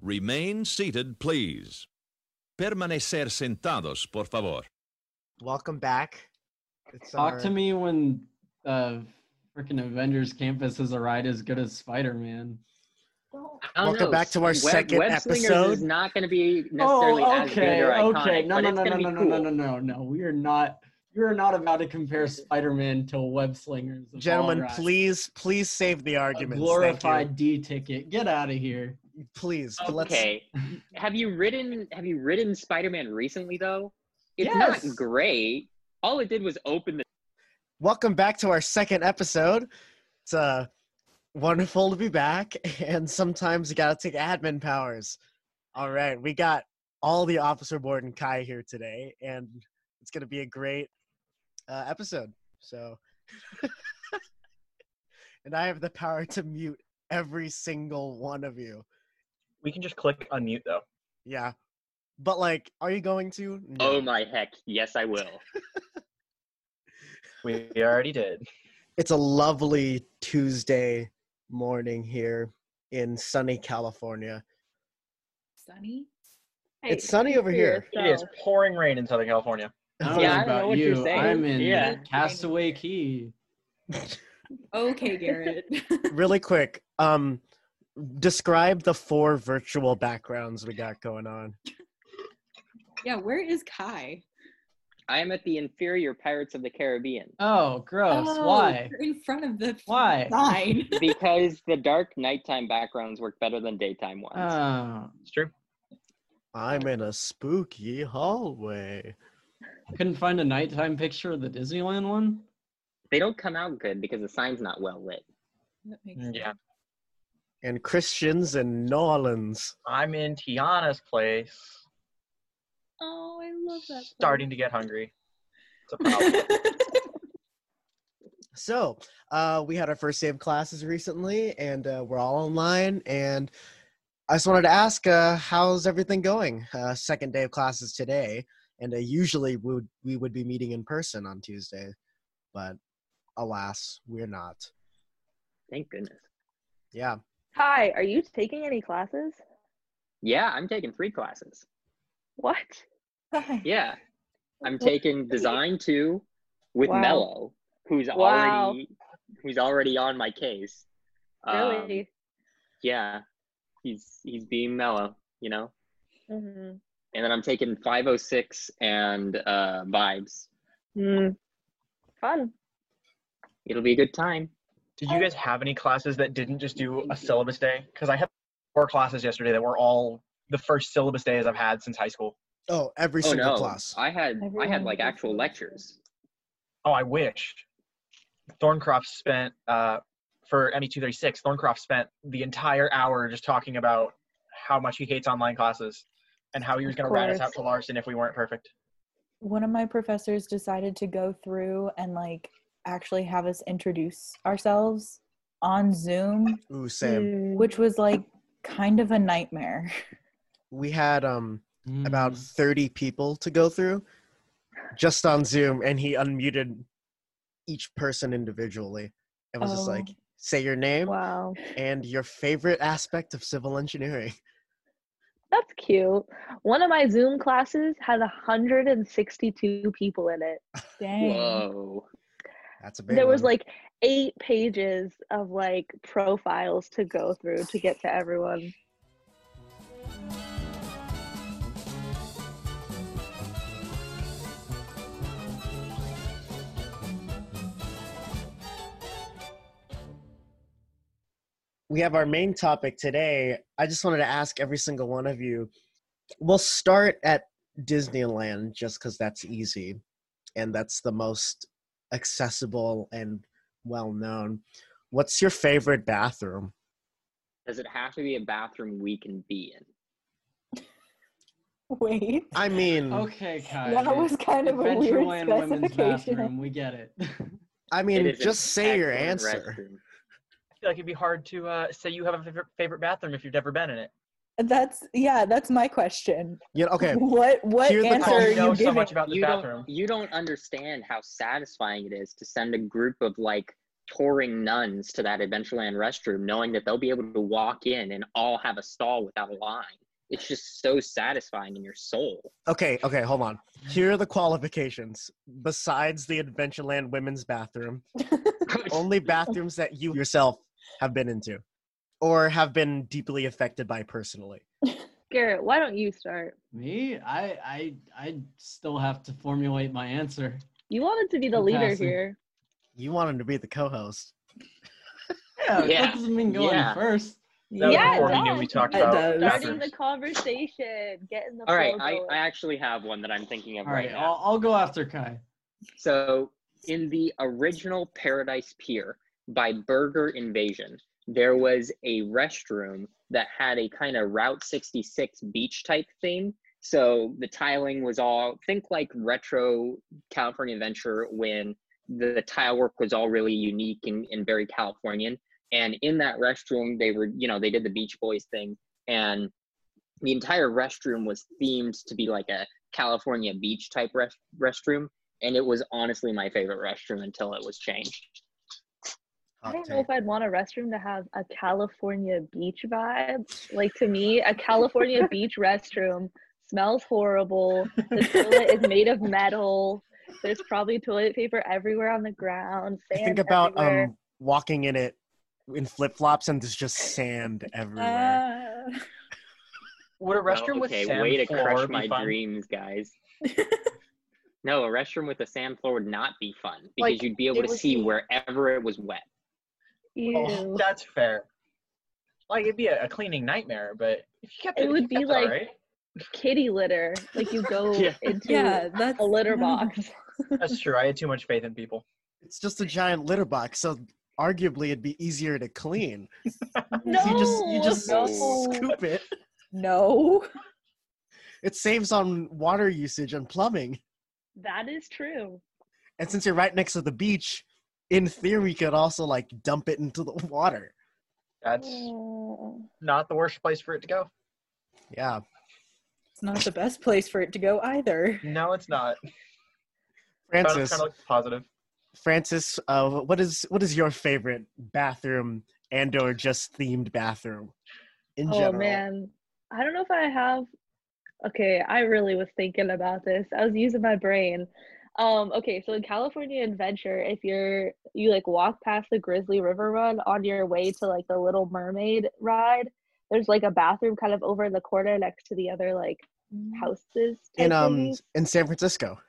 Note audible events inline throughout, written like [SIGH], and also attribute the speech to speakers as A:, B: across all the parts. A: Remain seated, please. Permanecer sentados, por favor.
B: Welcome back. It's
C: Talk
B: our-
C: to me when uh, freaking Avengers Campus is a ride as good as Spider Man.
D: I don't
B: Welcome
D: know.
B: back to our
D: Oh, Web-
B: second
D: Web Slingers
B: episode.
D: is not going to be necessarily
C: Oh,
D: as good
C: okay,
D: or iconic,
C: okay. No,
D: but
C: no,
D: it's
C: no, no,
D: gonna
C: no,
D: be
C: no,
D: cool.
C: no, no, no, no. We are not. We are not about to compare Spider Man to Web Slingers. of all
B: Gentlemen,
C: rides.
B: please, please save the
C: A
B: arguments.
C: glorified D ticket. Get out of here.
B: Thank you. Please. Let's,
D: Okay. have you ridden Have you ridden Spider Man recently though? It's not
C: Yes.
D: great. All it did was open the.
B: welcome back to our second episode. It's uh, wonderful to be back, [LAUGHS] and sometimes you gotta take admin powers. All right, we got all the Officer Board and Kai here today, and it's gonna be a great uh, episode. So, [LAUGHS] and I have the power to mute every single one of you.
E: We can just click unmute though.
B: Yeah, but like, are you going to? No.
D: Oh my heck! Yes, I will.
E: We we already did.
B: It's a lovely Tuesday morning here in sunny California.
F: Sunny?
B: It's sunny over here.
E: It is pouring rain in Southern California.
C: I don't
D: Yeah,
C: know
D: I don't know
C: about
D: what
C: you.
D: you're saying.
C: I'm in
D: Yeah.
C: Castaway Key.
F: [LAUGHS] Okay, Garrett.
B: really quick, um, describe the four virtual backgrounds we got going on.
F: yeah, where is Kai?
D: I am at the inferior Pirates of the Caribbean
C: Oh, gross. Why?
F: you're in front of the
C: Why?
F: sign.
D: because the dark nighttime backgrounds work better than daytime ones.
C: Oh,
E: It's true.
B: I'm in a spooky hallway.
C: couldn't find a nighttime picture of the Disneyland one.
D: they don't come out good because the sign's not well lit.
F: [LAUGHS] That makes sense.
E: Yeah.
B: And Christians in New Orleans.
E: I'm in Tiana's place.
F: Oh, I love that. [LAUGHS]
E: Starting to get hungry. It's a problem.
F: to.
B: So, uh, we had our first day of classes recently, and uh, we're all online. And I just wanted to ask, uh, how's everything going? Uh, second day of classes today, and uh, usually we would, we would be meeting in person on Tuesday, but alas, we're not.
D: Thank goodness.
B: Yeah,
G: Hi, are you taking any classes?
D: Yeah, I'm taking three classes.
G: What?
D: Yeah, I'm
G: What-
D: taking design two with
G: Wow.
D: Mello, who's
G: Wow.
D: already who's already on my case. Um,
G: Really?
D: yeah, he's he's being mellow, you know.
G: Mhm.
D: And then I'm taking 506 and uh, vibes.
G: Mm. Fun.
D: It'll be a good time.
E: did you guys have any classes that didn't just do a syllabus day? Because I had four classes yesterday that were all the first syllabus days I've had since high school.
B: Oh, every
D: oh
B: single
D: no,
B: class.
D: I had I had
G: Everyone
D: like
G: goes
D: actual
G: to-
D: lectures.
E: Oh, I wish. Thorncroft spent uh, for ME two thirty six. Thorncroft spent the entire hour just talking about how much he hates online classes and how he was
G: Of
E: going to rat us out
G: course.
E: to Larson if we weren't perfect.
H: one of my professors decided to go through and like actually have us introduce ourselves on Zoom,
B: Ooh,
G: Mm.
B: same.
H: which was like kind of a nightmare.
B: We had um
C: Mm.
B: about 30 people to go through just on Zoom, and he unmuted each person individually and was just
H: Oh.
B: like, say your name
G: Wow.
B: and your favorite aspect of civil engineering. [LAUGHS]
G: That's cute. One of my Zoom classes had 162 people in it.
H: Dang.
D: Whoa.
B: That's a big
G: There was
B: one.
G: like eight pages of like profiles to go through to get to everyone.
B: we have our main topic today. I just wanted to ask every single one of you. We'll start at Disneyland just because that's easy and that's the most accessible and well known. What's your favorite bathroom?
D: Does it have to be a bathroom we can be in?
H: Wait.
B: I mean,
C: Hmm. Okay, Kai.
H: That was kind of a weird
C: Adventureland women's
H: specification.
C: bathroom. We get it. [LAUGHS]
B: I
D: It
B: mean,
D: is an
B: just say your
D: excellent
B: answer.
D: restroom.
E: I feel like it'd be hard to uh, say you have a favorite, favorite bathroom if you've never been in it.
H: That's yeah, that's my question.
B: You know,
G: [LAUGHS]
B: okay,
H: What what
B: Here's the
H: answer
B: problem.
H: are
E: you
H: you
E: know
H: giving? [LAUGHS]
E: so much about the
D: you
E: bathroom.
D: don't you don't understand how satisfying it is to send a group of like touring nuns to that Adventureland restroom, knowing that they'll be able to walk in and all have a stall without a line. It's just so satisfying in your soul. [LAUGHS]
B: Okay, okay, hold on. Here are the qualifications. Besides the Adventureland women's bathroom, only bathrooms that you yourself have been into or have been deeply affected by personally.
G: Garrett, why don't you start?
C: Me, I, I, I still have to formulate my answer.
G: You wanted to be the
C: I'm
G: leader
C: passing.
G: here.
B: You want him to be the co host.
C: Yeah,
D: Yeah.
C: that doesn't mean going
D: Yeah.
C: first.
E: That was
G: Yeah, it
E: before he knew we
G: does.
E: talked
H: It
E: about
G: Starting
H: does.
G: the
E: [LAUGHS] bathrooms.
G: conversation, getting the
D: All right,
G: flow
D: I,
G: going.
D: I actually have one that I'm thinking of
C: All
D: right,
C: right,
D: now.
C: I'll, I'll go after Kai.
D: So, in the original Paradise Pier by Burger Invasion, there was a restroom that had a kind of Route 66 beach type theme. So, the tiling was all, think like retro California Adventure when the tile work was all really unique and, and very Californian. And in that restroom, they were, you know, they did the Beach Boys thing. And the entire restroom was themed to be like a California beach type rest- restroom and it was honestly my favorite restroom until it was changed.
G: I
B: Hot
G: don't know
B: take.
G: if I'd want a restroom to have a California beach vibe. Like to me,
B: [LAUGHS]
G: a California beach restroom smells horrible. The toilet is made of metal. There's probably toilet paper everywhere on the ground.
B: I
G: Sand
B: think about
G: everywhere.
B: um, walking in it in flip flops and there's just sand everywhere.
H: Uh,
E: Would a restroom
D: Well,
E: with
D: okay,
E: sand
D: way to
E: floor
D: crush
E: be
D: my
E: fun?
D: dreams, guys.
E: [LAUGHS]
D: no, a restroom with a sand floor would not be fun because
G: Like,
D: you'd be able
G: it
D: to
G: would
D: see
G: be-
D: wherever it was wet.
G: Ew.
E: Oh, that's fair. Like it'd be a, a cleaning nightmare, but if you kept
G: It
E: it, if
G: would
E: you
G: be
E: kept it
G: like-
E: alright.
G: Kitty litter. Like you go
D: Yeah.
B: [LAUGHS]
G: into
H: yeah, that's
G: a litter
H: no.
G: box.
E: That's true. I had too much faith in people.
B: It's just a giant litter box, so arguably it'd be easier to clean.
G: No.
B: You just you just
D: No.
B: scoop it.
H: No.
B: It saves on water usage and plumbing.
G: That is true.
B: And since you're right next to the beach, in theory, you could also like dump it into the water.
E: That's
G: Mm.
E: not the worst place for it to go.
B: Yeah.
H: It's not the best place for it to go either.
E: No, it's not. But it's
B: Francis,
E: kind of like positive.
B: Francis, uh, what is what is your favorite bathroom and or just themed bathroom in
G: oh
B: general?
G: man i don't know if i have okay i really was thinking about this i was using my brain um okay so in california adventure if you're you like walk past the grizzly river run on your way to like the little mermaid ride there's like a bathroom kind of over in the corner next to the other like houses type
B: Mm. In um
G: thingies.
B: in San Francisco.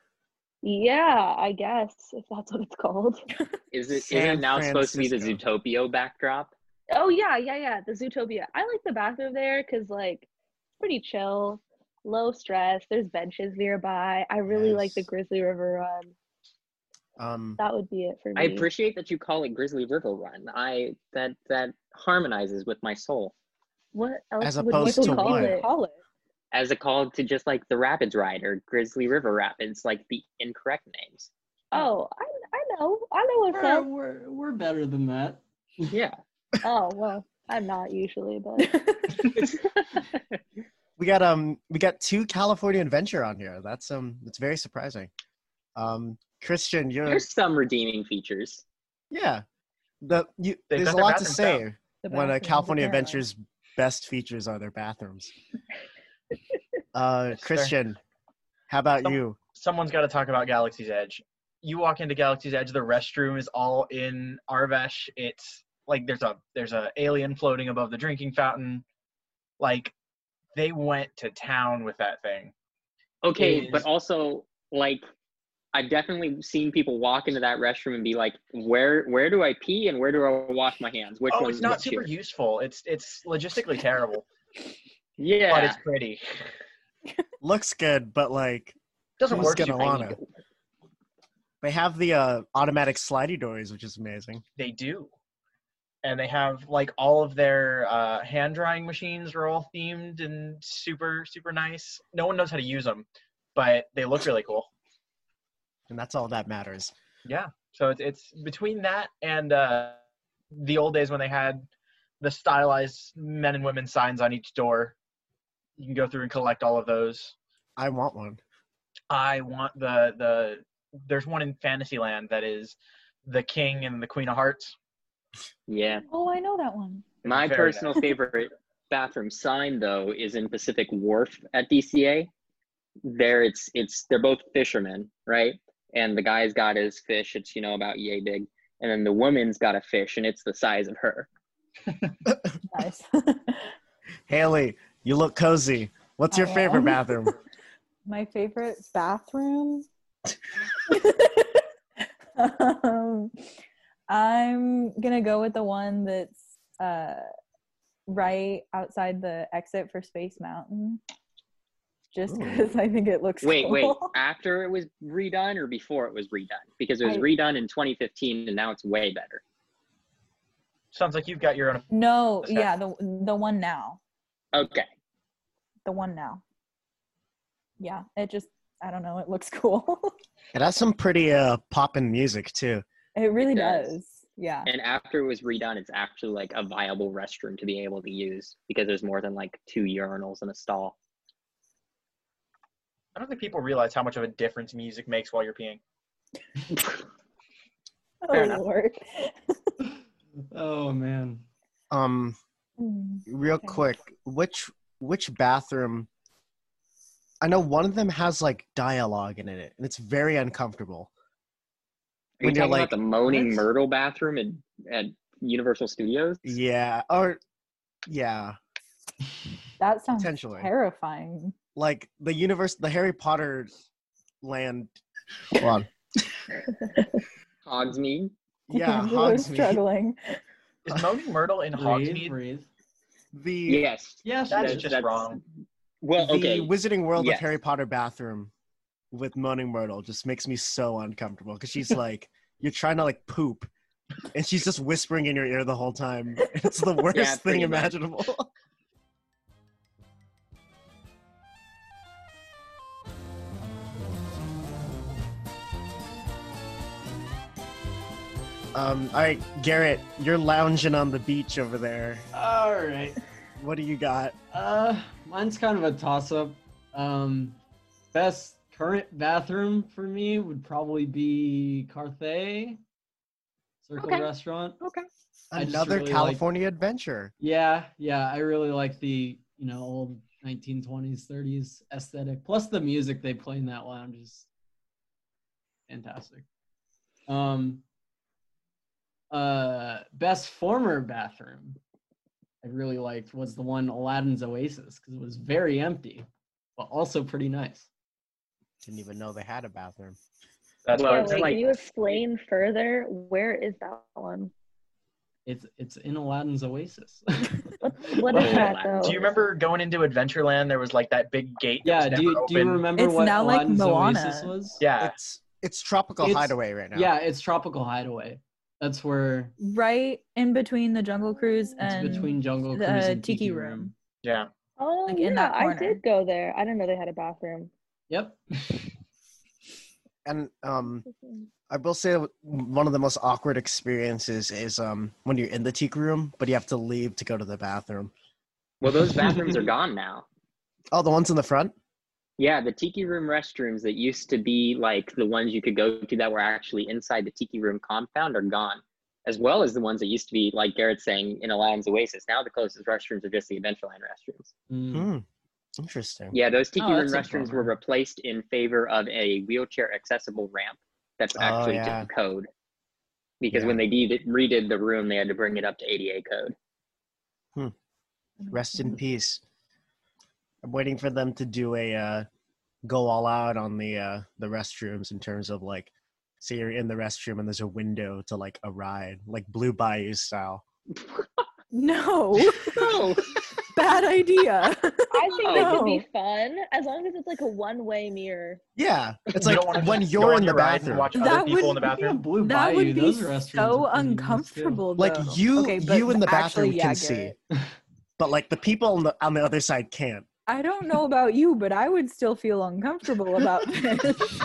G: yeah i guess if that's what it's called
D: Is it?
B: San
D: Isn't now supposed to be the
B: Francisco.
D: Zootopia backdrop?
G: Oh yeah, yeah, yeah. The Zootopia. I like the bathroom there because like it's pretty chill, low stress. There's benches nearby. I really like the
B: Yes.
G: Grizzly River Run.
B: Um,
G: That would be it for me.
D: I
E: Mm-hmm.
D: appreciate that you call it Grizzly River Run. I that that harmonizes with my soul.
G: what else
B: As
G: would
B: opposed
G: people
B: to
G: call
B: what?
G: it?
H: Call it.
D: As a call to just like the Rapids Ride or Grizzly River Rapids, like the incorrect names.
G: Oh, I I know. I know what's
C: We're,
G: up.
C: we're, we're better than that.
D: Yeah.
G: Oh well, I'm not usually, but
D: [LAUGHS]
B: we got um we got two California adventure on here. That's um it's very surprising. Um, Christian, you're
D: There's some redeeming features.
B: yeah. The you
E: They've
B: there's
E: got
B: a
E: their
B: lot to
E: bathrooms
B: say
E: down.
H: The
B: when a
H: bathrooms,
B: California
H: apparently.
B: Adventure's best features are their bathrooms. uh,
E: Yes, sir.
B: Christian, how about
E: Some-
B: you?
E: Someone's got to talk about Galaxy's Edge. You walk into Galaxy's Edge, the restroom is all in Arvesh. It's like there's a there's a alien floating above the drinking fountain. Like they went to town with that thing.
D: Okay, but
E: is-
D: also like I've definitely seen people walk into that restroom and be like, "Where where do I pee and where do I wash my hands? Which
E: oh,
D: one's
E: it's not
D: which here?"
E: super useful. It's it's
D: [LAUGHS]
E: logistically terrible, but
D: Yeah,
E: it's pretty.
B: Looks good, but like
E: Doesn't
B: Who's
E: work.
B: gonna
E: super- I
B: wanna?
E: need-
B: they have the uh, automatic slidey doors, which is amazing.
E: They do, and they have like all of their uh, hand drying machines are all themed and super super nice. No one knows how to use them, but they look really cool.
B: And that's all that matters.
E: Yeah. So it's it's between that and uh, the old days when they had the stylized men and women signs on each door. You can go through and collect all of those.
B: I want one.
E: I want the the there's one in Fantasyland that is the King and the Queen of Hearts.
D: Yeah.
H: Oh, I know that one.
D: My
E: Very
D: personal
E: [LAUGHS]
D: favorite bathroom sign though is in Pacific Wharf at DCA. There it's it's they're both fishermen, right? And the guy's got his fish, it's you know about yay big. And then the woman's got a fish and it's the size of her.
H: Nice. [LAUGHS]
B: Haley, you look cozy. What's your
H: I
B: favorite
H: am. [LAUGHS]
B: bathroom?
H: My favorite bathroom. um, I'm gonna go with the one that's uh, right outside the exit for Space Mountain, just
B: Ooh.
H: because I think
B: [LAUGHS]
H: it looks.
D: Wait,
H: cool.
D: wait. Uh, After it was redone or before it was redone? Because it was
H: I-
D: redone in 2015 and now it's way better.
E: Sounds like you've got your own.
H: No,
E: What's that?
H: yeah, the the one now,
D: Okay.
H: the one now. Yeah, it just I don't know. It looks [LAUGHS] cool.
B: It has some pretty uh, poppin' music too.
H: it really
D: does.
H: does. Yeah.
D: And after it was redone, it's actually like a viable restroom to be able to use because there's more than like two urinals in a stall.
E: I don't think people realize how much of a difference music makes while you're peeing.
H: Oh
E: Fair enough.
H: Lord.
C: oh man.
B: Um,
H: Mm.
B: real
H: Okay.
B: quick, which which bathroom? I know one of them has like dialogue in it, and it's very uncomfortable.
D: Are you
B: When you're
D: talking
B: like,
D: about the Moaning
B: "What?"
D: Myrtle bathroom at, at Universal Studios?
B: Yeah, or yeah,
H: That sounds
B: Potentially.
H: terrifying. [LAUGHS]
B: like the universe, the Harry Potter land. Hold on.
D: Hogsmeade?
H: [LAUGHS]
B: Yeah,
H: Angela's
B: Hogsmeade.
H: struggling.
C: [LAUGHS]
E: Is Moaning Myrtle in
C: Breathe,
E: Hogsmeade?
C: breathe.
B: The
D: Yes.
C: Yes,
E: That's
C: yes.
E: just
D: that's-
E: wrong.
D: Well,
B: the
D: okay.
B: Wizarding World
D: Yes.
B: of Harry Potter bathroom with Moaning Myrtle just makes me so uncomfortable because
D: [LAUGHS]
B: she's like, you're trying to like poop, and she's just whispering in your ear the whole time. [LAUGHS] It's the worst thing
D: pretty much.
B: imaginable. [LAUGHS] Um, all right, Garrett, you're lounging on the beach over there.
C: All right.
B: What do you got?
C: Uh, mine's kind of a toss-up. Um, best current bathroom for me would probably be Carthay Circle
D: Okay.
C: Restaurant.
D: Okay.
C: I just
B: Another
C: really like-
B: California adventure.
C: Yeah, yeah, I really like the you know old 1920s, 30s aesthetic. Plus the music they play in that lounge is fantastic. Um, uh, best former bathroom I really liked was the one Aladdin's Oasis because it was very empty, but also pretty nice.
B: Didn't even know they had a bathroom.
E: That's
D: Well,
E: what
G: Yeah,
E: it's
G: wait,
D: like-
G: can you explain further? Where is that one?
C: It's it's in Aladdin's Oasis. [LAUGHS]
G: What, what is
D: Well,
G: that though?
E: Do you remember going into Adventureland? There was like that big gate. that
C: yeah,
E: was
C: do you,
E: never
C: do you
E: open?
C: remember
H: It's
C: what
H: now like
C: Aladdin's
H: Moana.
C: Oasis was?
E: Yeah,
B: It's it's tropical
C: It's-
B: hideaway right now.
C: yeah, it's Tropical Hideaway. That's where
H: Right in between the Jungle Cruise
C: It's
H: and [LAUGHS]
C: between Jungle
H: the
C: Cruise and
H: Tiki
C: Tiki,
H: Room.
C: Room.
E: yeah.
G: Oh
H: Like,
G: yeah,
H: in that
G: I
H: corner.
G: did go there. I didn't know they had a bathroom.
C: Yep. Mm.
B: And um, I will say w- one of the most awkward experiences is um when you're in the teak room, but you have to leave to go to the bathroom.
D: Well,
B: [LAUGHS]
D: those bathrooms are gone now.
B: Oh, the ones in the front.
D: Yeah, the tiki room restrooms that used to be like the ones you could go to that were actually inside the tiki room compound are gone, as well as the ones that used to be, like Garrett's saying, in Aladdin's Oasis. Now the closest restrooms are just the Adventureland restrooms.
C: Mm.
B: Hmm. Interesting.
D: Yeah, those tiki
C: Oh,
D: room
C: that's a
D: restrooms were
C: bummer.
D: replaced in favor of a wheelchair accessible ramp that's
B: Oh,
D: actually
B: yeah.
D: to code. Because
B: Yeah.
D: when they did, redid the room, they had to bring it up to ADA code.
B: Rest
E: Mm-hmm.
B: in peace. I'm waiting for them to do a uh, go all out on the uh, the restrooms in terms of like, say you're in the restroom and there's a window to like a ride, like Blue Bayou style.
H: No,
D: No,
H: [LAUGHS]
B: [LAUGHS]
H: bad idea.
G: I think
D: Oh.
G: that could be fun as long as it's like a one-way mirror.
B: Yeah, it's
E: You
B: like
E: don't wanna
B: when
E: just
B: you're
E: go on
B: in the
E: your ride and
B: bathroom.
E: watch other
H: That
E: people in
H: would
E: the
C: Speaking
E: bathroom.
C: of Blue
H: that
C: Bayou,
H: would be
C: those restrooms
H: so
C: are pretty nice, too.
H: [LAUGHS] uncomfortable.
B: like
H: though.
B: you,
H: Okay, but
B: you in the bathroom
H: actually, yeah,
B: can see,
H: Garrett.
B: but like the people on the on the other side can't.
H: I don't know about you, but I would still feel uncomfortable
B: [LAUGHS]
H: about this.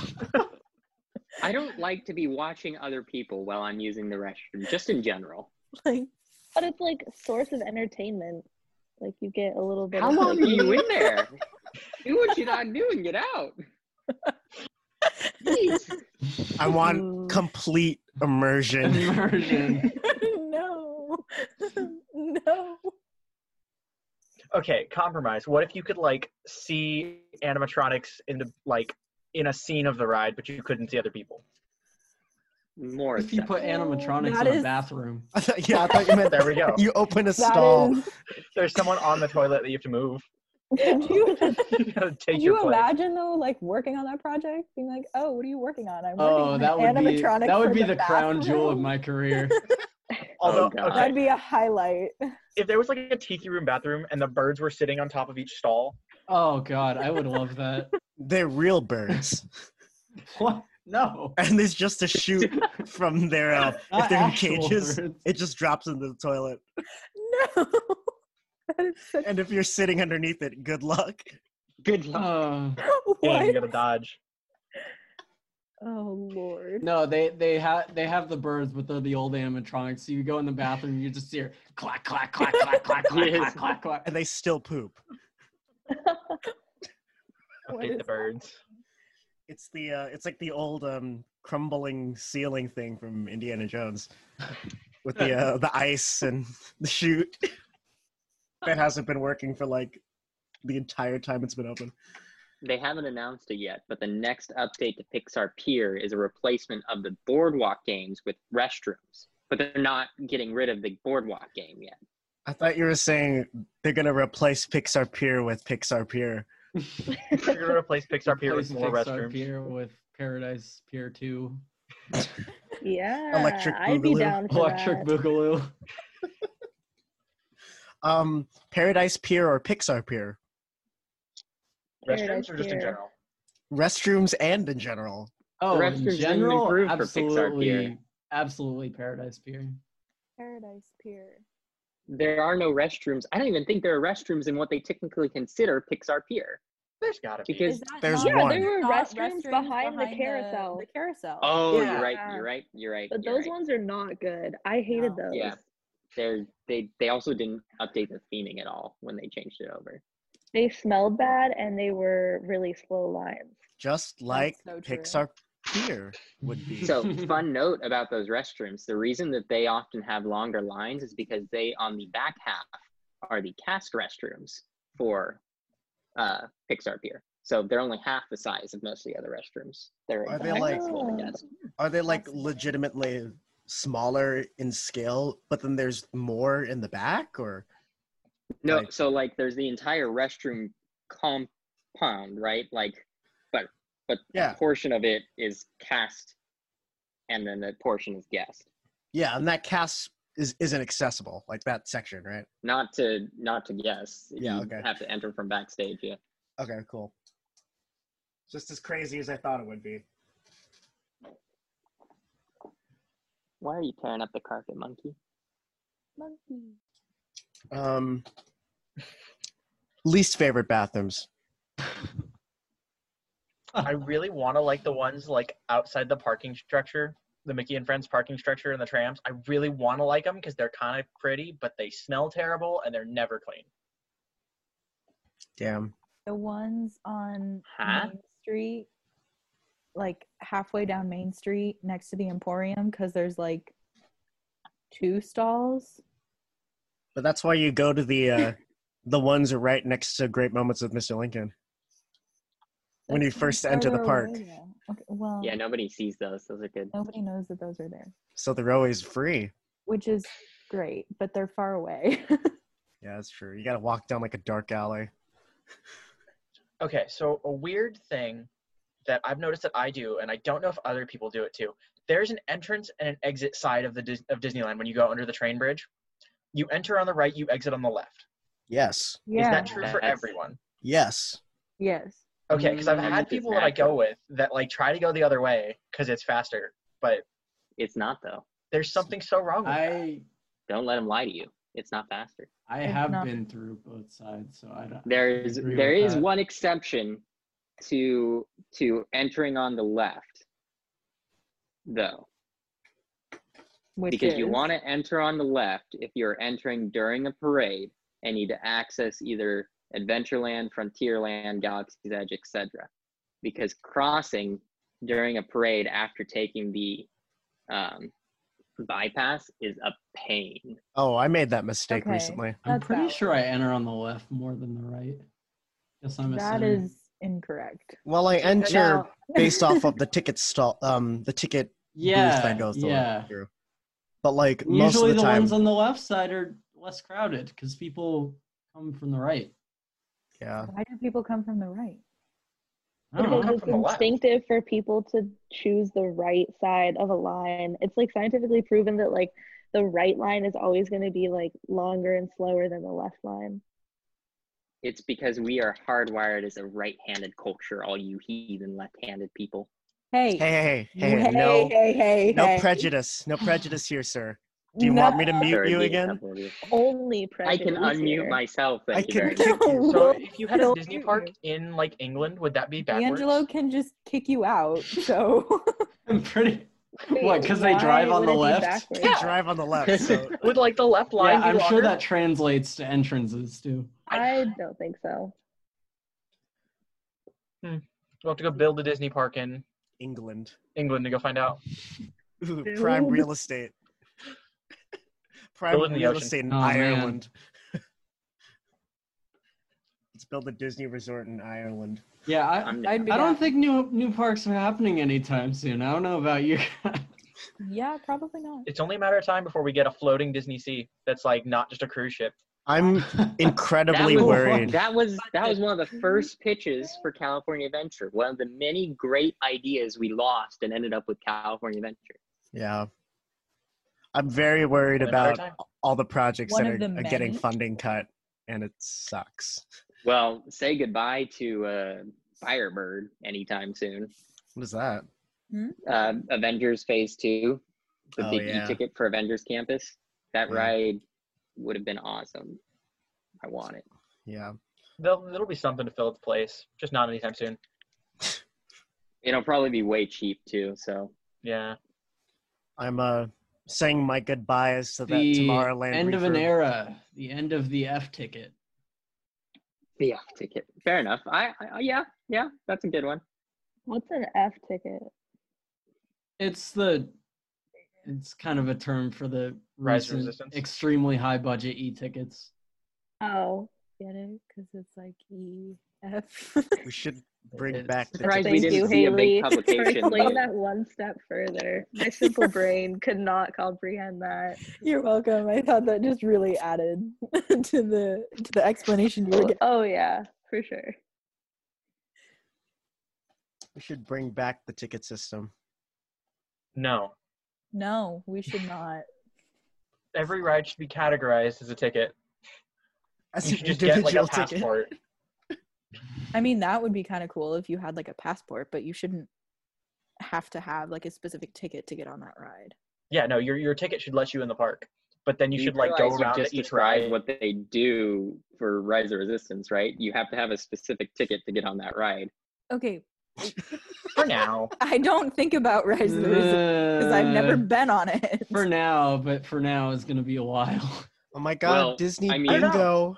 D: I don't like to be watching other people while I'm using the restroom, just in general.
H: like,
G: But it's like source of entertainment. Like you get a little bit.
D: How
G: of,
D: long
G: like,
D: are you in [LAUGHS] there? Do what you're not doing, get out. Jeez.
B: I want
H: Ooh.
B: complete Immersion.
C: [LAUGHS]
B: [LAUGHS]
C: Immersion.
H: [LAUGHS] no. [LAUGHS] no.
E: Okay, compromise. What if you could like see animatronics in the like in a scene of the ride, but you couldn't see other people?
D: More
C: if you
D: acceptable.
C: put animatronics
H: That
C: in a
H: is- [LAUGHS]
C: bathroom.
B: I thought- yeah, I thought you meant
E: There we go.
B: [LAUGHS] you open a
H: That
B: stall.
H: is-
E: There's someone on the toilet that you have to
H: [LAUGHS]
E: move. [LAUGHS]
H: could you,
E: You gotta take
H: could
E: your
H: you
E: place.
H: imagine though, like working on that project, being like, "Oh, what are you working on? I'm working
C: Oh,
H: on
C: that would
H: an
C: be
H: animatronic
C: that would
H: for
C: be the, crown jewel of
H: bathroom."
C: my career.
E: Although,
D: God.
E: okay,
H: [LAUGHS] That'd be a highlight. [LAUGHS]
E: if there was like a tiki room bathroom and the birds were sitting on top of each stall,
C: Oh God, I would love that.
B: They're real birds,
C: What? No.
B: and there's just a shoot from their uh, if
C: Not
B: they're in
C: actual
B: cages,
C: birds.
B: it just drops into the toilet.
H: No. that is such [LAUGHS]
B: And if you're sitting underneath it, good luck.
D: Good luck.
C: Uh,
E: yeah, you
H: what?
E: gotta dodge.
H: Oh lord.
C: no, they they have they have the birds, but they're the old animatronics. So you go in the bathroom, you just hear clack clack clack clack
D: [LAUGHS]
C: clack clack
D: Yes.
C: clack clack clack.
B: And they still poop.
H: What
E: Update
H: is
E: the
H: that?
E: birds.
B: It's the uh, it's like the old um, crumbling ceiling thing from Indiana Jones, with the uh, the ice and the chute. That hasn't been working for like the entire time it's been open.
D: They haven't announced it yet, but the next update to Pixar Pier is a replacement of the boardwalk games with restrooms. But they're not getting rid of the boardwalk game yet.
B: I thought you were saying they're gonna replace Pixar Pier with Pixar Pier.
E: You're gonna
H: [LAUGHS]
E: replace Pixar Pier with
C: Place
E: more
C: Pixar
E: restrooms.
C: Pier with Paradise Pier Two,
G: [LAUGHS] Yeah.
B: Electric
G: I'd be
B: Boogaloo.
G: down for
C: Electric
G: that.
C: Boogaloo.
B: Um, Paradise Pier or Pixar Pier?
E: Restrooms or just in
G: Pier.
E: general?
B: Restrooms and in general.
C: Oh,
D: restrooms
C: in
D: didn't
C: general,
D: improve for Pixar Pier.
C: absolutely, absolutely Paradise Pier.
H: Paradise Pier.
D: There are no restrooms. I don't even think there are restrooms in what they technically consider Pixar Pier.
E: There's gotta be.
D: Because
H: that
B: There's
G: yeah,
B: one.
G: there were
H: not
G: restrooms, behind, the carousel.
H: The carousel.
D: oh,
E: Yeah.
D: you're right,
G: Yeah.
D: you're right, you're right.
G: but
D: you're
G: those
D: right.
G: ones are not good. I hated
H: No.
G: those.
D: Yeah. they're, they they also didn't update the theming at all when they changed it over.
G: They smelled bad and they were really slow lines.
B: Just like
H: so true.
B: Pixar Pier would be.
D: [LAUGHS] So, fun note about those restrooms the reason that they often have longer lines is because they, on the back half, are the cast restrooms for uh, Pixar Pier. So, they're only half the size of most of the other restrooms. They're
B: Are they like-
D: like,
B: Are they like
H: Fascinating.
B: legitimately smaller in scale, but then there's more in the back, or
D: no,
B: like-
D: so like there's the entire restroom compound, right? Like, but but
B: Yeah.
D: a portion of it is cast, and then the portion is guest.
B: yeah, and that cast is isn't accessible, like that section, right?
D: Not to not to guess.
B: Yeah,
D: you
B: okay.
D: Have to enter from backstage. Yeah.
B: Okay, cool. Just as crazy as I thought it would be.
D: Why are you tearing up the carpet, monkey?
H: Monkey.
B: Um, least favorite bathrooms.
E: I really want to like the ones like outside the parking structure, the Mickey and Friends parking structure and the trams. I really want to like them because they're kind of pretty, but they smell terrible and they're never clean.
B: Damn.
H: The ones on
D: Huh?
H: Main Street, like halfway down Main Street next to the Emporium, because there's like two stalls.
B: But that's why you go to the [LAUGHS] uh, the ones right next to Great Moments with Mr. Lincoln. When
H: That's
B: you
H: kinda
B: first enter the
H: farther
B: park.
H: away, though. Okay, well,
D: Yeah, nobody sees those. Those are good.
H: nobody knows that those are there,
B: So they're always free.
H: which is great, but they're far away. [LAUGHS]
B: Yeah, that's true. You gotta walk down like a dark alley.
E: Okay, so a weird thing that I've noticed that I do, and I don't know if other people do it too. There's an entrance and an exit side of the Dis- of Disneyland when you go under the train bridge. You enter on the right, you exit on the left.
B: Yes.
E: Is
H: yeah.
E: that true for
D: That's-
E: everyone?
B: Yes.
H: Yes.
E: Okay, because I've
D: Mm, I
E: had
D: think it's
E: people that I go
D: natural.
E: with that like try to go the other way because it's faster, but
D: It's not though.
E: there's something so wrong with that.
C: I
D: Don't let them lie to you. It's not faster.
C: I
H: It's
C: have
H: not-
C: been through both sides, so I don't. I
D: There
C: don't
D: is
C: agree
D: there
C: with
D: is
C: that.
D: one exception to to entering on the left though.
H: Which
D: because you
H: is-
D: want to enter on the left if you're entering during a parade and need to access either Adventureland, Frontierland, Galaxy's Edge, etc. Because crossing during a parade after taking the um, bypass is a pain.
B: Oh, I made that mistake
H: Okay.
B: recently.
C: I'm
H: That's
C: pretty
H: valid.
C: sure I enter on the left more than the right. Guess I'm a
H: That
C: center.
H: is incorrect.
B: Well, I enter
H: Now-
B: based
H: [LAUGHS]
B: off of the ticket stall, um, the ticket booth
C: yeah,
B: that goes the
C: yeah.
B: way through. But like most
C: Usually
B: of
C: the,
B: the, time,
C: ones on the left side are less crowded because people come from the right.
B: yeah.
H: Why do people come from the right?
C: I don't
E: People
C: know. [LAUGHS]
E: come
G: Because it's
E: from the left.
G: instinctive for people to choose the right side of a line. It's like scientifically proven that like the right line is always going to be like longer and slower than the left line.
D: It's because we are hardwired as a right-handed culture, all you heathen left-handed people.
H: Hey,
B: Hey, hey, hey,
H: hey,
B: hey, no,
H: hey, hey,
B: no
H: hey.
B: prejudice, no prejudice here, sir. Do you want me to mute
D: Sorry,
B: you
D: being
B: again?
D: couple of you.
G: Only
D: I
G: prejudice.
D: can unmute
G: here.
D: myself. Thank
B: I
D: you
B: can
D: very
B: kick
D: much.
H: No. [LAUGHS]
E: So if you had a
H: They'll
E: Disney
H: shoot
E: park
H: you.
E: in like England, would that be backwards?
H: D'Angelo can just kick
B: [LAUGHS]
H: you out. So
C: I'm pretty.
G: Wait,
C: What, 'cause they
G: why
C: drive on
G: would
C: the
G: it be
C: left?
G: backwards?
B: [LAUGHS]
E: Yeah.
B: Drive on the left.
E: [LAUGHS]
B: So
E: [LAUGHS] Would like the left line
C: Yeah, I'm
E: be
C: sure
E: longer?
C: that translates to entrances too.
G: I don't think so.
E: We'll have to go build a Disney park in
B: England, [LAUGHS]
E: England to go find out.
B: Ooh, prime
G: Dude.
B: real estate, prime
E: Build it in the
B: real
E: ocean.
B: estate in
C: Oh, man.
B: Ireland. [LAUGHS] Let's build a Disney resort in Ireland.
C: Yeah, I,
D: I'm
H: I'd
D: down.
H: be
C: I
H: down.
C: don't think new new parks are happening anytime soon. I don't know about you.
B: [LAUGHS]
C: guys.
H: yeah, probably not.
E: It's only a matter of time before we get a floating Disney sea that's like not just a cruise ship.
B: I'm incredibly
D: was-
B: worried.
D: That was that was one of the first pitches for California Venture. One of the many great ideas we lost and ended up with California Venture.
B: Yeah. I'm very worried
E: Another
B: about
E: time?
B: all the projects
H: One
B: that are,
H: of the
B: are getting
H: many?
B: funding cut, and it sucks.
D: Well, say goodbye to uh, Firebird anytime soon.
B: What is that?
D: Uh, Avengers Phase Two, the
B: Oh,
D: big
B: yeah.
D: e-ticket for Avengers Campus. That
B: Yeah.
D: ride would have been awesome. I want it.
B: Yeah.
E: There'll, there'll be something to fill its place, just not anytime soon.
D: It'll probably be way cheap too. So
E: Yeah.
B: I'm uh, saying my goodbyes to that
C: the
B: Tomorrowland.
C: end of an
B: refurb.
C: era. The end of the F ticket.
D: the off ticket. Fair enough. I, I yeah yeah that's a good one.
G: What's an F ticket?
C: It's the it's kind of a term for the
E: Rise of
C: recent
E: resistance.
C: extremely high budget e tickets.
G: Oh, get it? Because it's like E F.
B: We should bring
C: It's-
B: back the
D: Surprised we
G: Thank
B: tickets.
D: didn't
G: you,
D: see a
G: Haley, [LAUGHS]
D: big
G: for
D: publication.
G: Explain
D: but-
G: that one step further. My simple brain could not comprehend that.
H: [LAUGHS] You're welcome. I thought that just really added [LAUGHS] to the to the explanation you were
G: Oh,
H: getting.
G: oh, yeah, for sure.
B: We should bring back the ticket system.
E: No.
H: No, we should not.
E: Every ride should be categorized as a ticket.
B: As
E: You should
B: an
E: just get like a
B: individual ticket.
E: passport.
H: I mean, that would be kind of cool if you had like a passport, but you shouldn't have to have like a specific ticket to get on that ride.
E: Yeah, no, your your ticket should let you in the park. But then you,
D: You
E: should like go
D: realize you
E: around to
D: just
E: each
D: described
E: ride.
D: What they do for Rise of Resistance, right? You have to have a specific ticket to get on that ride.
H: Okay,
E: For now.
H: [LAUGHS] I don't think
E: [LAUGHS]
H: about Rise of the because I've never been on it.
C: Uh, for now, but for now is going to be a while.
B: Oh my God,
D: Well,
B: Disney
D: I mean-
E: I don't
B: bingo.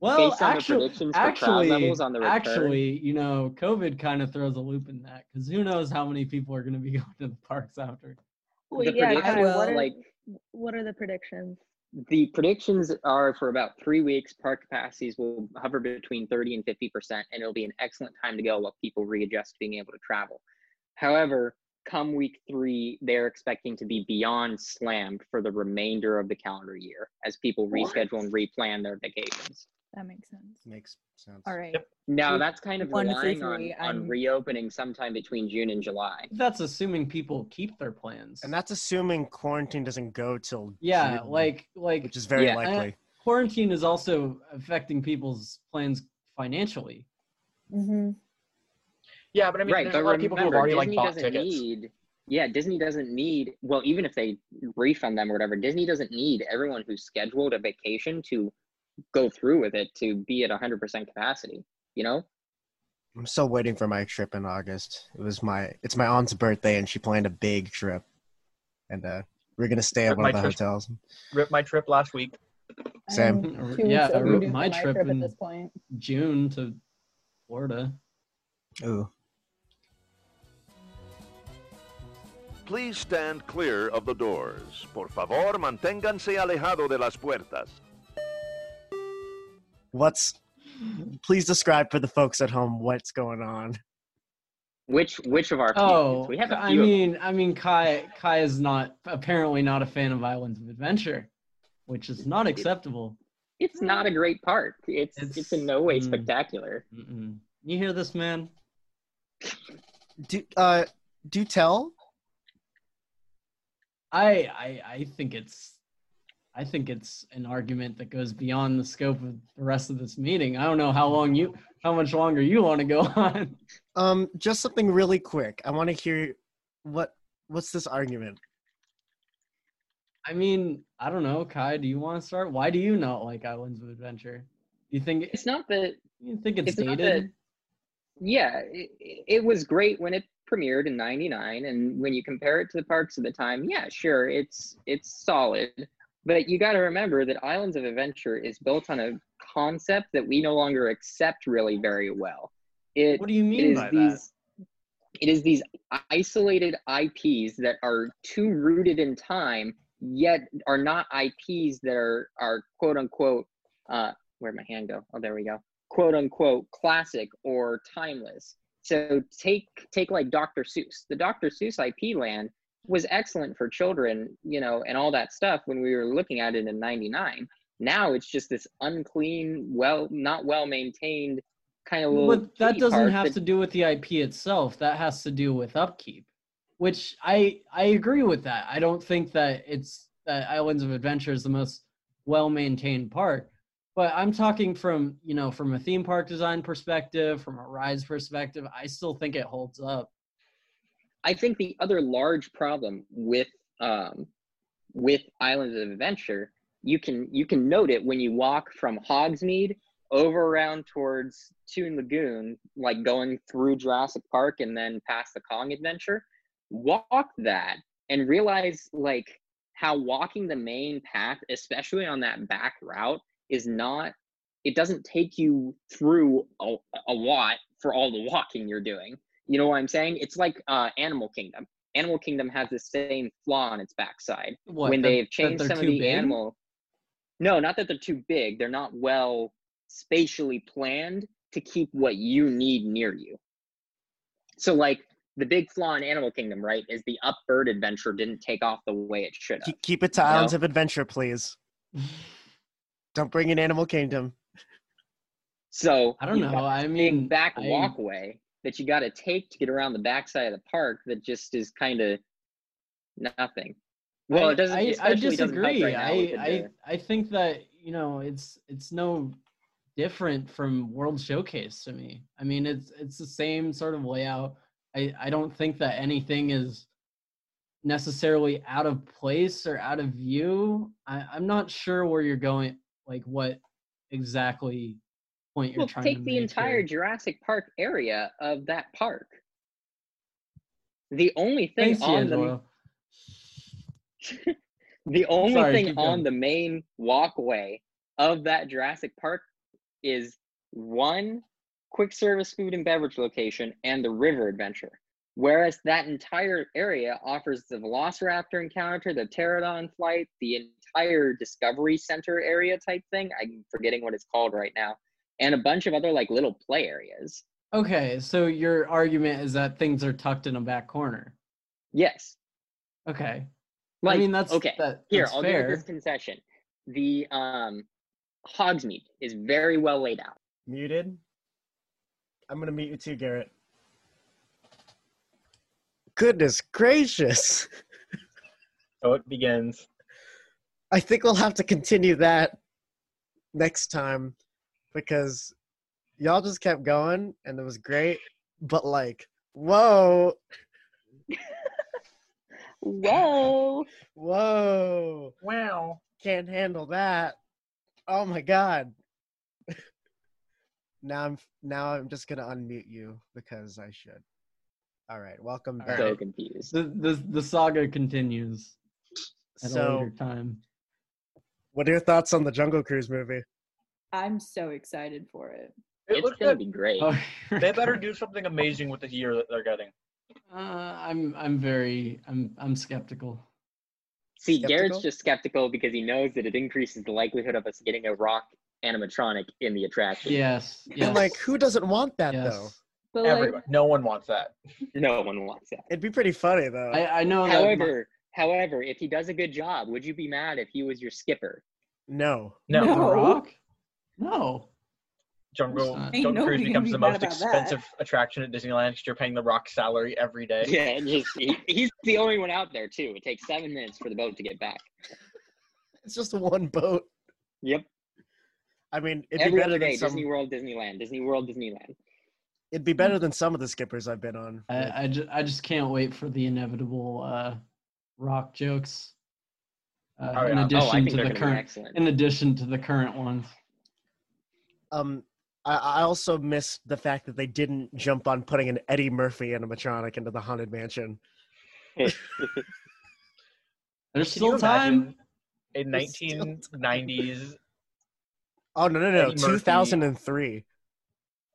C: Well,
D: Based on
C: actu-
D: the predictions for crowd
C: actually,
D: levels on the return,
C: actually, you know, COVID kind of throws a loop in that because who knows how many people are going to be [LAUGHS] going to the parks after.
G: Well,
D: the
G: yeah,
D: predictions
G: Kyle, what
H: will,
G: are,
D: like
G: what are the predictions?
D: the predictions are for about three weeks, park capacities will hover between 30 and 50 percent, and it'll be an excellent time to go while people readjust to being able to travel. However, come week three, they're expecting to be beyond slammed for the remainder of the calendar year as people
G: What?
D: reschedule and replan their vacations.
H: [LAUGHS] That makes sense.
B: Makes sense.
H: All right.
E: Yep.
D: Now
H: Week
D: that's kind of
H: one through
D: relying
H: three,
D: on, on
H: I'm-
D: reopening sometime between June and July.
C: That's assuming people keep their plans.
B: And that's assuming quarantine doesn't go till
C: yeah,
B: June,
C: like like
B: which is very
D: Yeah.
B: likely.
C: quarantine is also affecting people's plans financially.
H: Mm-hmm.
E: Yeah, but I mean
D: right,
E: there's a
D: but
E: lot of people who have
D: remember,
E: already
D: Disney
E: like bought
D: doesn't
E: tickets.
D: need. Yeah, Disney doesn't need. Well, even if they refund them or whatever, Disney doesn't need everyone who's scheduled a vacation to go through with it to be at 100% capacity. You know,
B: I'm still waiting for my trip in August. It was my it's my aunt's birthday and she planned a big trip. And uh we're gonna stay at
E: But
B: one of
E: my
B: the
E: trip-
B: hotels.
E: Ripped my trip last week.
B: Same.
C: [LAUGHS] Yeah, I wrote
H: overdue for
C: my trip in-
H: at this point.
C: June to Florida.
B: Ooh.
I: Please stand clear of the doors. Por favor, manténganse alejado de las puertas.
B: What's please describe for the folks at home what's going on.
D: Which which of our
C: Oh,
D: fusions? We have a few.
C: I
D: of them.
C: mean, I mean, Kai, Kai is not apparently not a fan of Islands of Adventure, which is not acceptable.
D: it's not a great park. It's it's,
C: It's-
D: in no way
C: mm.
D: spectacular.
C: Mm-mm. You hear this, man?
B: Do uh do tell?
C: I, I, I think it's, I think it's an argument that goes beyond the scope of the rest of this meeting. I don't know how long you, how much longer you want to go [LAUGHS] on.
B: Um just something really quick. I want to hear what what's this argument?
C: I mean, I don't know, Kai. Do you want to start? Why do you not like Islands of Adventure? Do you think
D: It's not that
C: you think it's,
D: it's not
C: dated?
D: yeah, it, it was great when it premiered in 99 and when you compare it to the parks of the time, yeah, sure, it's it's solid. But you got to remember that Islands of Adventure is built on a concept that we no longer accept really very well. It
C: What do you mean
D: is
C: by that?
D: these it is these isolated IPs that are too rooted in time, yet are not IPs that are are quote unquote uh where'd my hand go? Oh there we go. Quote unquote classic or timeless. So take take like Dr. Seuss. The Dr. Seuss IP land was excellent for children, you know, and all that stuff when we were looking at it in ninety-nine. Now it's just this unclean, well not well maintained kind of little
C: But that
D: kitty
C: doesn't
D: park
C: have
D: that
C: to do with the IP itself. That has to do with upkeep, which I I agree with that. I don't think that it's that Islands of Adventure is the most well maintained park, but I'm talking from you know from a theme park design perspective, from a rides perspective. I still think it holds up.
D: I think the other large problem with um, with Islands of Adventure, you can you can note it when you walk from Hogsmeade over around towards Toon Lagoon, like going through Jurassic Park and then past the Kong Adventure. Walk that and realize like how walking the main path, especially on that back route, is not. It doesn't take you through a, a lot for all the walking you're doing. You know what I'm saying? It's like uh, Animal Kingdom. Animal Kingdom has the same flaw on its backside
C: What,
D: when
C: that-
D: they've
C: that
D: changed
C: they're
D: some of
C: too
D: the
C: big?
D: animal. No, not that they're too big. They're not well spatially planned to keep what you need near you. So, like the big flaw in Animal Kingdom, right, is the up bird adventure didn't take off the way it should have.
B: Keep, keep it to
D: No.
B: Islands of Adventure, please. Don't bring in Animal Kingdom.
D: So
C: [LAUGHS] I don't
D: you've
C: know.
D: got
C: I
D: this
C: mean,
D: big back
C: Mm, I-
D: walkway that you got to take to get around the backside of the park that just is kind of nothing. Well,
C: I-
D: it doesn't.
C: I, I
D: especially doesn't help
C: disagree.
D: right now with the-
C: I, I I think that you know it's it's no different from World Showcase to me. I mean, it's it's the same sort of layout. I I don't think that anything is necessarily out of place or out of view. I I'm not sure where you're going. Like what exactly point you're
D: Well,
C: trying to
D: take the
C: make
D: entire
C: here.
D: Jurassic Park area of that park. The only thing
C: Thanks,
D: on the
C: D'Angelo.
D: [LAUGHS] the only
C: Sorry,
D: thing
C: keep
D: on
C: going.
D: the main walkway of that Jurassic Park is one quick service food and beverage location and the river adventure. Whereas that entire area offers the Velociraptor encounter, the Pterodon flight, the entire Discovery Center area type thing. I'm forgetting what it's called right now, and a bunch of other like little play areas.
C: Okay, so your argument is that things are tucked in a back corner.
D: Yes,
C: Okay.
D: Like,
C: I mean, that's
D: okay.
C: That,
D: Here,
C: that's
D: I'll give you
C: fair.
D: this concession. The um, Hogsmeade is very well laid out.
B: Muted. I'm gonna mute you too, Garrett. Goodness gracious.
E: So it begins.
B: I think we'll have to continue that next time because y'all just kept going and it was great, but like, whoa,
G: Whoa.
B: whoa,
E: Wow.
B: can't handle that. Oh my god. [LAUGHS] now I'm now I'm just gonna unmute you because I should. All right, welcome
C: All
B: back.
D: So
C: right.
D: confused.
C: The, the the saga continues at a
B: So,
C: later time.
B: what are your thoughts on the Jungle Cruise movie?
F: I'm so excited for it. [GASPS]
E: It
D: it's
E: looks
D: gonna
E: like
D: be great.
C: Oh, [LAUGHS]
E: [LAUGHS] they better do something amazing with the year that they're getting.
C: Uh, I'm I'm very I'm I'm skeptical.
D: [LAUGHS] See,
B: Skeptical?
D: Garrett's just skeptical because he knows that it increases the likelihood of us getting a rock animatronic in the
B: [LAUGHS]
D: attraction.
C: Yes.
B: And
C: yes,
B: like, who doesn't want that
C: yes.
B: though?
G: But
E: Everyone,
G: like,
E: no one wants that.
D: [LAUGHS] No one wants that.
B: It'd be pretty funny though.
C: I, I know that my-
D: However, however, if he does a good job, would you be mad if he was your skipper?
B: no.
E: No,
C: The
G: No.
C: Rock? No.
E: Jungle
C: Ain't
E: Jungle
F: nobody
E: Cruise
F: gonna
E: becomes
F: be
E: the
F: mad
E: most
F: about that.
E: expensive attraction at Disneyland because you're paying the Rock salary every day.
D: [LAUGHS] Yeah, and just, he, he's the only one out there too. It takes seven minutes for the boat to get back.
B: It's just one boat.
D: Yep.
B: I mean, it'd be
D: Every
B: better
D: other
B: than
D: day,
B: some.
D: Disney World, Disneyland, Disney World, Disneyland.
B: It'd be better than some of the skippers I've been on. Like,
C: I, I, ju- I just can't wait for the inevitable uh, rock jokes. Uh,
E: Oh,
C: In
E: yeah.
D: Oh,
E: Oh, I
C: addition
D: I think
C: to the
D: they're going to be
C: current,
D: excellent.
C: in addition to the current ones.
B: um, I, I also miss the fact that they didn't jump on putting an Eddie Murphy animatronic into the haunted mansion.
C: There's
E: Can you
C: still time.
E: imagine In
B: There's still time.
E: 1990s
B: Oh no no no!
E: Eddie Murphy.
B: Two thousand and three.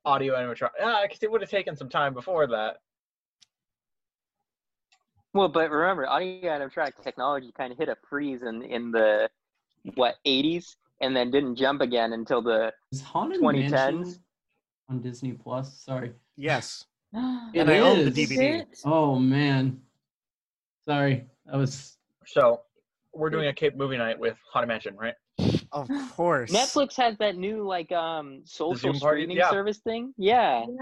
E: audio animatronic, ah, because it would have taken some time before that.
D: Well, but remember, audio animatronic technology kind of hit a freeze in, in the what 80s, and then didn't jump again until the
C: Is Haunted
D: 2010s?
C: Mansion on Disney Plus? Sorry.
B: Yes.
C: It
B: And I own the
C: is.
B: DVD.
C: Oh man. Sorry. That was
E: So we're doing a Cape movie night with Haunted Mansion, right?
D: [GASPS]
B: Of course.
D: Netflix has that new like um social
E: Zoom party?
D: streaming
E: Yeah.
D: service thing. Yeah.
E: I
F: Yeah.
B: Movie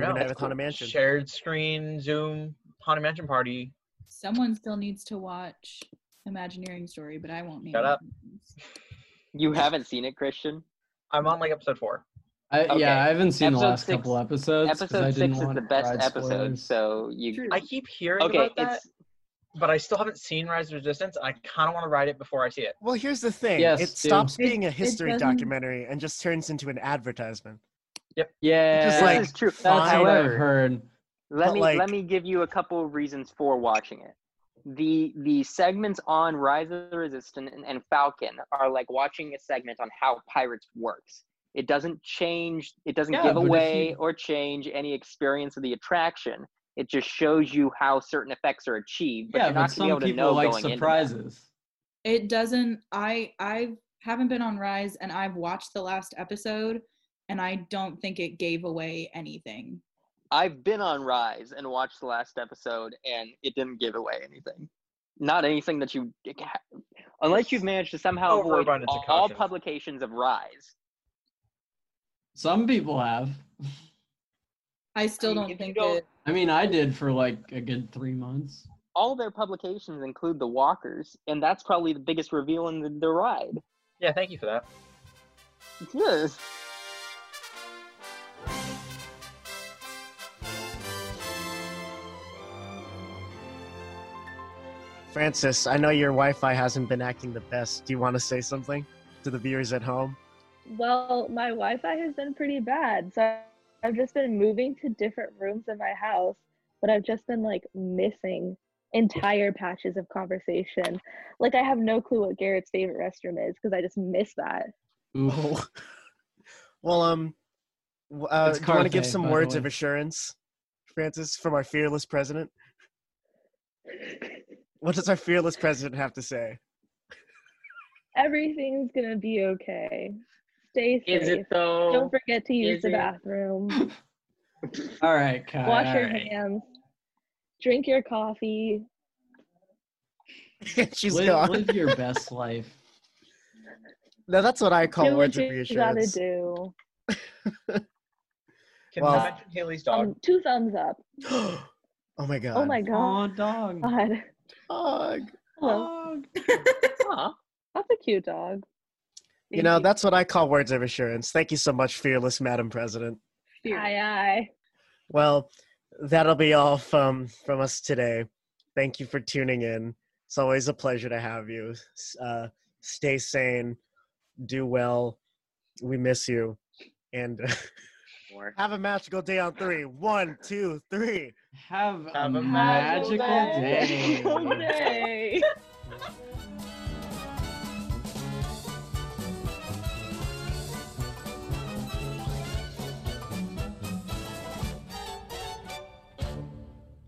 E: know,
B: night
E: that's
B: with Haunted Mansion.
E: Shared screen Zoom Haunted Mansion party.
F: Someone still needs to watch Imagineering Story, but I won't name
E: Shut
F: any
E: up.
F: names.
D: You haven't seen it, Christian?
E: I'm on like episode four.
C: I
D: Okay.
C: yeah, I haven't seen
D: Episode
C: the last
D: six-
C: couple episodes. 'cause I
D: Episode
C: didn't
D: six is
C: want
D: the
C: to
D: best
C: provide
D: episode,
C: spoilers.
D: so you
F: True.
E: I keep hearing
D: Okay,
E: about that,
D: it's
E: but I still haven't seen Rise of Resistance, and I kind of want to ride it before I see it.
B: Well, here's the thing.
C: Yes,
B: it
C: dude.
B: stops
F: It-
B: being a
F: it
B: history
F: doesn't-
B: documentary and just turns into an advertisement.
C: Yeah.
B: Just like
D: this is true.
C: that's
B: fine.
C: what I've
D: However,
C: heard.
D: Let
B: But,
D: me
B: like-
D: let me give you a couple of reasons for watching it. The the segments on Rise of the Resistance and, and Falcon are like watching a segment on how pirates works. It doesn't change. It doesn't
C: Yeah,
D: give
C: but if
D: away
C: you-
D: or change any experience of the attraction. It just shows you how certain effects are achieved, but
C: yeah,
D: you're
C: but
D: not going to be
C: some
D: able to
C: people
D: know
C: like
D: going into that.
C: surprises.
F: It doesn't. I I haven't been on Rise, and I've watched the last episode, and I don't think it gave away anything.
D: I've been on Rise and watched the last episode, and it didn't give away anything. Not anything that you, unless you've managed to somehow avoid
E: Overabundance of
D: all, all
E: caution.
D: publications of Rise.
C: Some people have. [LAUGHS]
F: I still
D: mean,
F: don't
D: if you
F: think
D: don't-
F: it.
C: I mean, I did for like a good three months.
D: All their publications include the Walkers, and that's probably the biggest reveal in the, the ride.
E: Yeah, thank you for that.
D: Yes.
B: Francis, I know your Wi-Fi hasn't been acting the best. Do you want to say something to the viewers at home?
G: well, my Wi-Fi has been pretty bad, so I've just been moving to different rooms in my house, but I've just been like missing entire patches of conversation. Like I have no clue what Garrett's favorite restroom is because I just miss that.
C: Oof.
B: Oh. [LAUGHS] well, um, w- uh,
C: It's
B: do you want to
C: Carthay,
B: give some
C: by the
B: words of
C: way.
B: assurance, Francis, from our fearless president? What does our fearless president have to say? [LAUGHS]
G: Everything's gonna be okay. Stay safe.
D: Is it though?
G: Don't forget to use
D: Is
G: the
B: [LAUGHS]
D: it-
G: bathroom.
C: All right, Kai.
G: Wash
C: all
G: your
C: right.
G: hands. Drink your coffee.
B: She's
C: Live,
B: gone.
C: live your best
G: [LAUGHS]
C: life.
B: No, that's what I call
G: do
B: words
G: what
B: of
G: you gotta
B: reassurance.
G: do.
E: Can
B: Well-
E: I mention Haley's dog?
G: Um, two thumbs up.
B: [GASPS] oh my god.
G: Oh my god.
C: Oh, dog.
G: God.
B: god.
G: Hello.
C: Dog.
D: Aw.
G: That's a cute dog.
B: You know, that's what I call words of assurance. Thank you so much, fearless Madam President.
F: Fear.
G: Aye, aye.
B: Well, that'll be all from from us today. Thank you for tuning in. It's always a pleasure to have you. S- Uh, stay sane, do well. We miss you, and [LAUGHS]
D: Or-
B: have a magical day on three. One, two, three.
C: Have,
E: Have
C: a
E: a
C: magical
G: [LAUGHS]
C: day.
G: Magical
B: [LAUGHS]
G: day.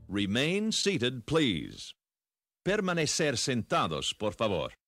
A: Remain seated, please. Permanecer sentados, por favor.